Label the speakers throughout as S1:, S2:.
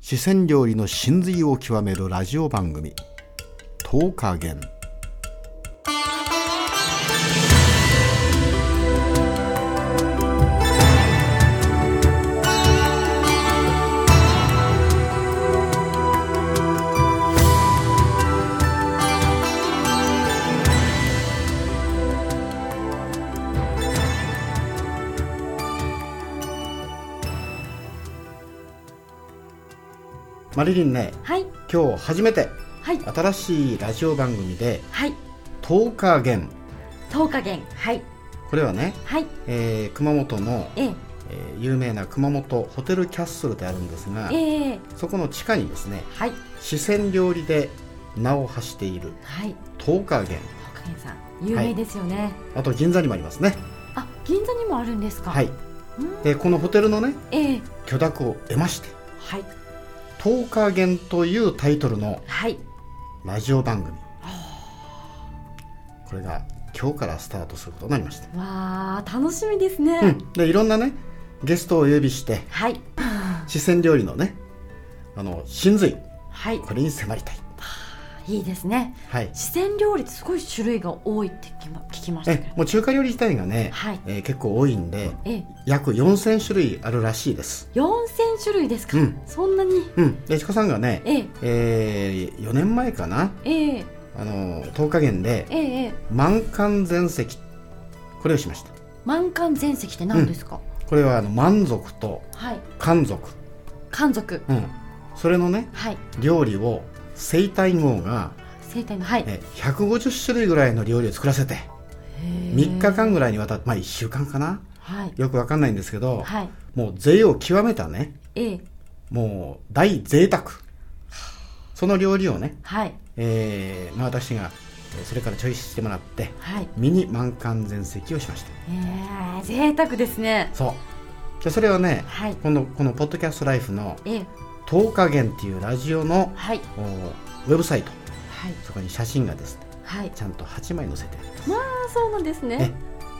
S1: 四川料理の真髄を極めるラジオ番組「10日元」マリリンね
S2: はい
S1: 今日初めて
S2: はい
S1: 新しいラジオ番組で
S2: はい
S1: 「10日元
S2: 10日元はい」
S1: これはね、
S2: はい
S1: えー熊本の、
S2: ええ
S1: えー有名な熊本ホテルキャッスルであるんですが
S2: ええ
S1: そこの地下にですね
S2: はい
S1: 四川料理で名を発している
S2: はい
S1: 10日元
S2: 10日元さん有名ですよね、
S1: あと銀座にもありますね
S2: あ銀座にもあるんですか
S1: はい
S2: うん
S1: でこのホテルのね
S2: ええ
S1: 許諾を得まして
S2: はい
S1: 「10日元」というタイトルの
S2: はい
S1: ラジオ番組これが今日からスタートすることになりました
S2: わあ楽しみですね、
S1: うん、でいろんなねゲストをお呼びして
S2: はい
S1: 四川料理のねあの真髄
S2: はい
S1: これに迫りたい
S2: いいですね
S1: はい
S2: 四川料理ってすごい種類が多いって聞きま聞きましたけ
S1: え
S2: ど
S1: もう中華料理自体がね、
S2: はい
S1: えー結構多いんで
S2: ええ
S1: 約4000種類あるらしいです
S2: 4000種類ですか、
S1: うん
S2: そんなに
S1: うんでちこさんがね
S2: ええ
S1: え4年前かな
S2: ええ
S1: あの10日限で
S2: ええええ
S1: 満館全席これをしました
S2: 満館全席って何ですか、
S1: これはあの満足と
S2: はい
S1: 漢族、
S2: 漢族
S1: うん、それのね
S2: はい
S1: 料理を西大王が
S2: 生態のはい
S1: え150種類ぐらいの料理を作らせて3日間ぐらいにわたってまあ1週間かな
S2: はい
S1: よくわかんないんですけど、
S2: はい
S1: もう贅を極めたね
S2: ええ
S1: もう大贅沢その料理をね、
S2: はい
S1: えーまあ、私がえーそれからチョイスしてもらって
S2: はい
S1: ミニ満館全席をしました
S2: ええ贅沢ですね
S1: そうでそれをね
S2: はい
S1: 今度この「ポッドキャストライフの
S2: ええ
S1: 「10日限」っていうラジオの
S2: はい
S1: おウェブサイト
S2: はい
S1: そこに写真がですね
S2: はい
S1: ちゃんと8枚載せてある
S2: まあそうなんです
S1: え
S2: ね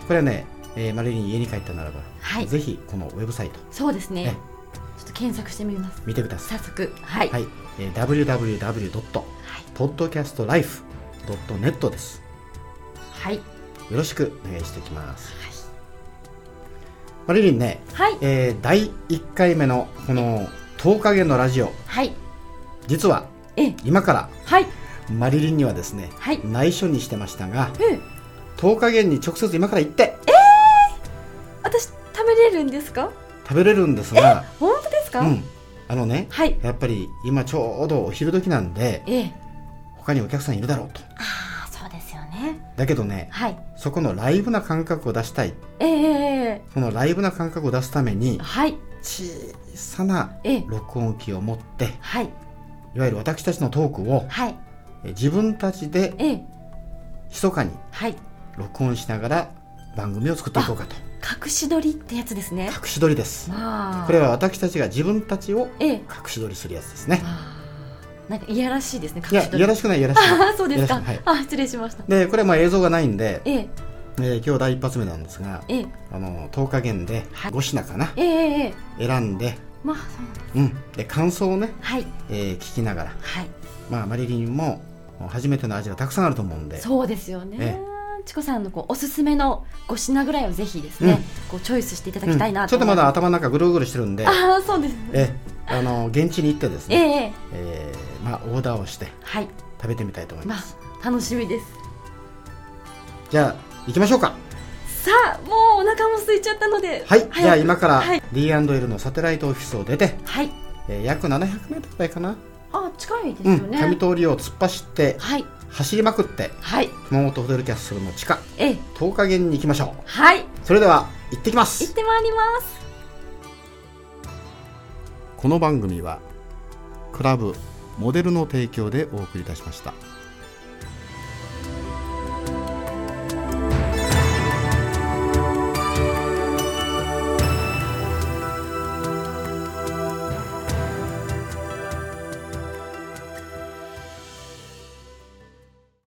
S1: これはね、えー、マリリン家に帰ったならば、
S2: はい
S1: ぜひこのウェブサイト
S2: そうです
S1: え
S2: ねちょっと検索してみます
S1: 見てください、
S2: 早速はい
S1: はいえー、www.podcastlife.net です
S2: はい
S1: よろしくお願いしていきますマリリンね、
S2: はい
S1: えー、第1回目のこの10日限のラジオ
S2: はい
S1: 実は
S2: ええ
S1: 今から
S2: はい
S1: マリリンにはですね、
S2: はい
S1: 内緒にしてましたが
S2: ええ
S1: 10日限に直接今から行って
S2: 私食べれるんですか
S1: 食べれるんですが、
S2: 本当です
S1: う
S2: か
S1: ん、あのね
S2: はい
S1: やっぱり今ちょうどお昼時なんで
S2: ええ
S1: 他にお客さんいるだろうと
S2: ああそうですよね
S1: だけどね
S2: はい
S1: そこのライブな感覚を出したい
S2: えええ
S1: そのライブな感覚を出すために
S2: えはい
S1: 小さな
S2: ええ
S1: 録音機を持って
S2: はい
S1: いわゆる私たちのトークを
S2: はい
S1: え自分たちで
S2: ええ
S1: 密かに
S2: はい
S1: 録音しながら番組を作っていこうかと
S2: 隠し撮りってやつですね
S1: 隠し撮りです
S2: まあ
S1: これは私たちが自分たちを
S2: ええ
S1: 隠し撮りするやつですね
S2: あーなんかいやらしいですね
S1: い
S2: 隠
S1: や
S2: し
S1: い
S2: 撮り
S1: やらしくないいやらしくな
S2: あ
S1: い
S2: ーそうですか、
S1: いやらしくない
S2: あ失礼しました
S1: でこれはまあ映像がないんで、
S2: ええ
S1: えー今日第一発目なんですが
S2: ええ
S1: あの10日限で
S2: はい
S1: 5品かな
S2: ええええ
S1: 選んで,、
S2: まあそうなん
S1: う
S2: だ
S1: ん、で感想をね、
S2: はい
S1: えー聞きながら
S2: はい
S1: まあ、マリリンも初めての味がたくさんあると思うんで
S2: そうですよ
S1: え
S2: ねチコさんのこうおすすめの5品ぐらいをぜひですね、
S1: うん
S2: こうチョイスしていただきたいな
S1: うんちょっとまだ
S2: あ
S1: 頭の中ぐるぐるしてるんで
S2: あーそうですね
S1: えあの現地に行ってです
S2: え
S1: ね、
S2: えええ
S1: えーまあ、オーダーをして
S2: はい
S1: 食べてみたいと思い
S2: ま
S1: ま
S2: あ
S1: す、
S2: 楽しみです
S1: じゃあ行きましょうか
S2: さあもうお腹も空いちゃったので
S1: は
S2: は
S1: いじゃあ今から
S2: はい、
S1: D&L のサテライトオフィスを出て、
S2: はい、
S1: えー約 700m ぐらいかな、
S2: あ近いです
S1: う
S2: よ
S1: ん、
S2: ね、
S1: 上通りを突っ走って
S2: はい
S1: 走りまくって
S2: はい
S1: 熊本ホテルキャッスルの地下
S2: ええ
S1: 10日限に行きましょう
S2: はい
S1: それでは行ってきま
S2: 行っ
S1: す
S2: てまいります
S1: この番組はクラブモデルの提供でお送りいたしました。